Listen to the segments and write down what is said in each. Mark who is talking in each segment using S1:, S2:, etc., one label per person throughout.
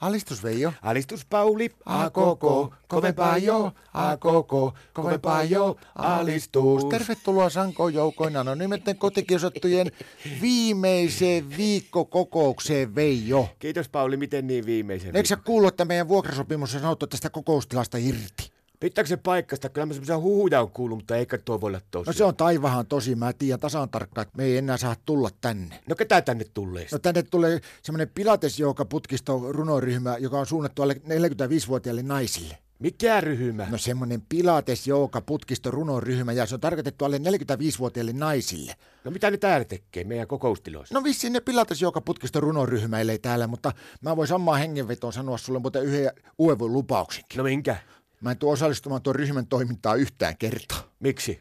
S1: Alistus Veijo.
S2: Alistus Pauli.
S1: A koko, kovempaa jo, a koko, kovempaa jo, alistus. Tervetuloa Sankoon joukoin anonyymetten kotikiusattujen viimeiseen viikkokokoukseen Veijo.
S2: Kiitos Pauli, miten niin viimeisen?
S1: Eikö sä kuullut, että meidän vuokrasopimus on sanottu tästä kokoustilasta irti? No
S2: Pitääkö se paikasta? Kyllä mä semmoisia huhuja on kuullut, mutta eikä tuo voi olla tosi.
S1: No se on taivahan tosi, mä tiedän tasan tarkkaan, että me ei enää saa tulla tänne.
S2: no ketä tänne tulee?
S1: No
S2: No,
S1: tänne tulee semmoinen pilates putkisto runoryhmä, joka on suunnattu alle 45-vuotiaille naisille.
S2: Mikä ryhmä?
S1: No semmoinen pilates putkisto runoryhmä ja se on tarkoitettu alle 45-vuotiaille naisille.
S2: No mitä ne täällä tekee meidän kokoustiloissa?
S1: No vissiin ne pilates putkisto runoryhmä ei täällä, mutta mä voin samaan hengenvetoon sanoa sulle muuten yhden uevon lupauksenkin.
S2: No minkä?
S1: Mä en tule osallistumaan tuon ryhmän toimintaa yhtään kertaa.
S2: Miksi?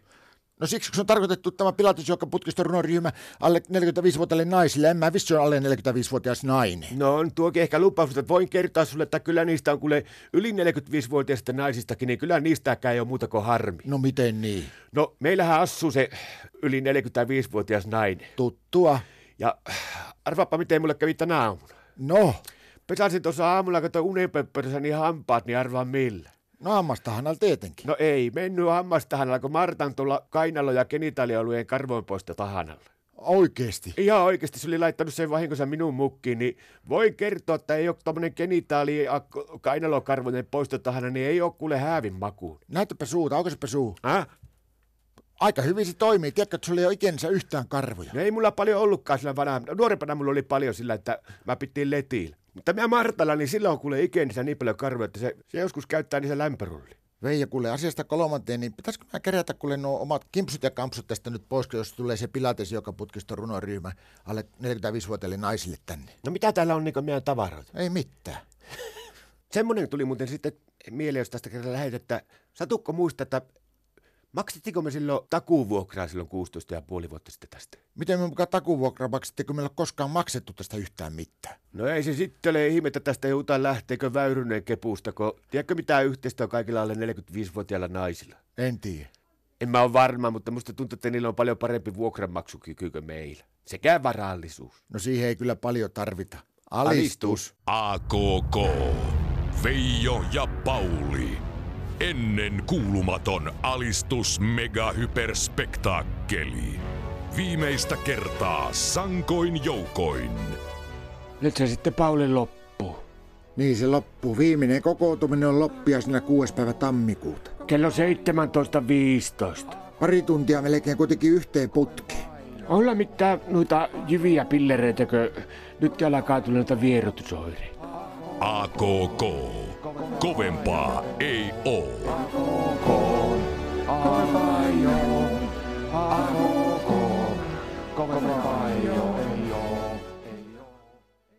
S1: No siksi, kun se on tarkoitettu tämä pilates putkisto runoryhmä alle 45-vuotiaille naisille, en mä vissi ole alle 45-vuotias nainen.
S2: No on tuokin ehkä lupaus, mutta voin kertoa sulle, että kyllä niistä on kuule yli 45-vuotiaista naisistakin, niin kyllä niistäkään ei ole muuta kuin harmi.
S1: No miten niin?
S2: No meillähän asuu se yli 45-vuotias nainen.
S1: Tuttua.
S2: Ja arvaappa miten mulle kävi tänä aamuna.
S1: No,
S2: Pesasin tuossa aamulla, kun unipöppörössä niin hampaat, niin arvaa millä.
S1: no hammastahanalla tietenkin.
S2: No ei, mennyt hammastahanalla, kun Martan tuolla kainalo- ja genitaalialueen karvoinpoisto tahanalla.
S1: Oikeesti.
S2: Ihan oikeasti se oli laittanut sen vahingossa minun mukkiin, niin voi kertoa, että ei ole tämmöinen genitaali- ja k- kainalokarvoinen poisto tahana, niin ei ole kuule häävin makuun.
S1: Näytäpä suuta, aukaisepa suu.
S2: Häh?
S1: Aika hyvin se toimii. Tiedätkö, että sulla ei ole ikänsä yhtään karvoja.
S2: No ei mulla paljon ollutkaan sillä vanha. no Nuorempana mulla oli paljon sillä, että mä pitiin letillä. Mutta minä Martalla, niin silloin kuule ikenissä niin paljon karvoja, että se, se joskus käyttää niissä lämpörulli.
S1: Veijo, kuule asiasta kolmanteen, niin pitäisikö mä kerätä kuule nuo omat kimpsut ja kampsut tästä nyt pois, kun jos tulee se pilates joka putkisto runoryhmä alle 45-vuotiaille naisille tänne?
S2: No mitä täällä on niin meidän tavaroita?
S1: Ei mitään.
S2: Semmoinen tuli muuten sitten mieleen, jos tästä kerran lähdet, että satukko muista, että maksettiinko me silloin takuuvuokraa silloin 16 ja puoli vuotta sitten tästä?
S1: Miten me mukaan takuvuokra maksettiin, kun meillä ei ole koskaan maksettu tästä yhtään mitään?
S2: No ei se sitten ole ihme, että tästä joudutaan lähteekö väyrynen kepusta, kun tiedätkö mitä yhteistä on kaikilla alle 45-vuotiailla naisilla?
S1: En tiedä.
S2: En mä ole varma, mutta musta tuntuu, että niillä on paljon parempi vuokranmaksukyky kuin meillä. Sekä varallisuus.
S1: No siihen ei kyllä paljon tarvita.
S2: Alistus.
S3: AKK. Veijo ja Pauli. Ennen kuulumaton alistus megahyperspektaakkeli. Viimeistä kertaa sankoin joukoin.
S4: Nyt se sitten Pauli loppuu.
S1: Niin se loppuu. Viimeinen kokoutuminen on loppiaisena 6. päivä tammikuuta.
S4: Kello 17.15.
S1: Pari tuntia melkein kuitenkin yhteen putkeen.
S4: Olla mitään noita jyviä pillereitäkö nyt alkaa tulla noita vierotusoireita.
S3: AKK. Kovempaa ei oo.
S4: Kovempaa ei ole.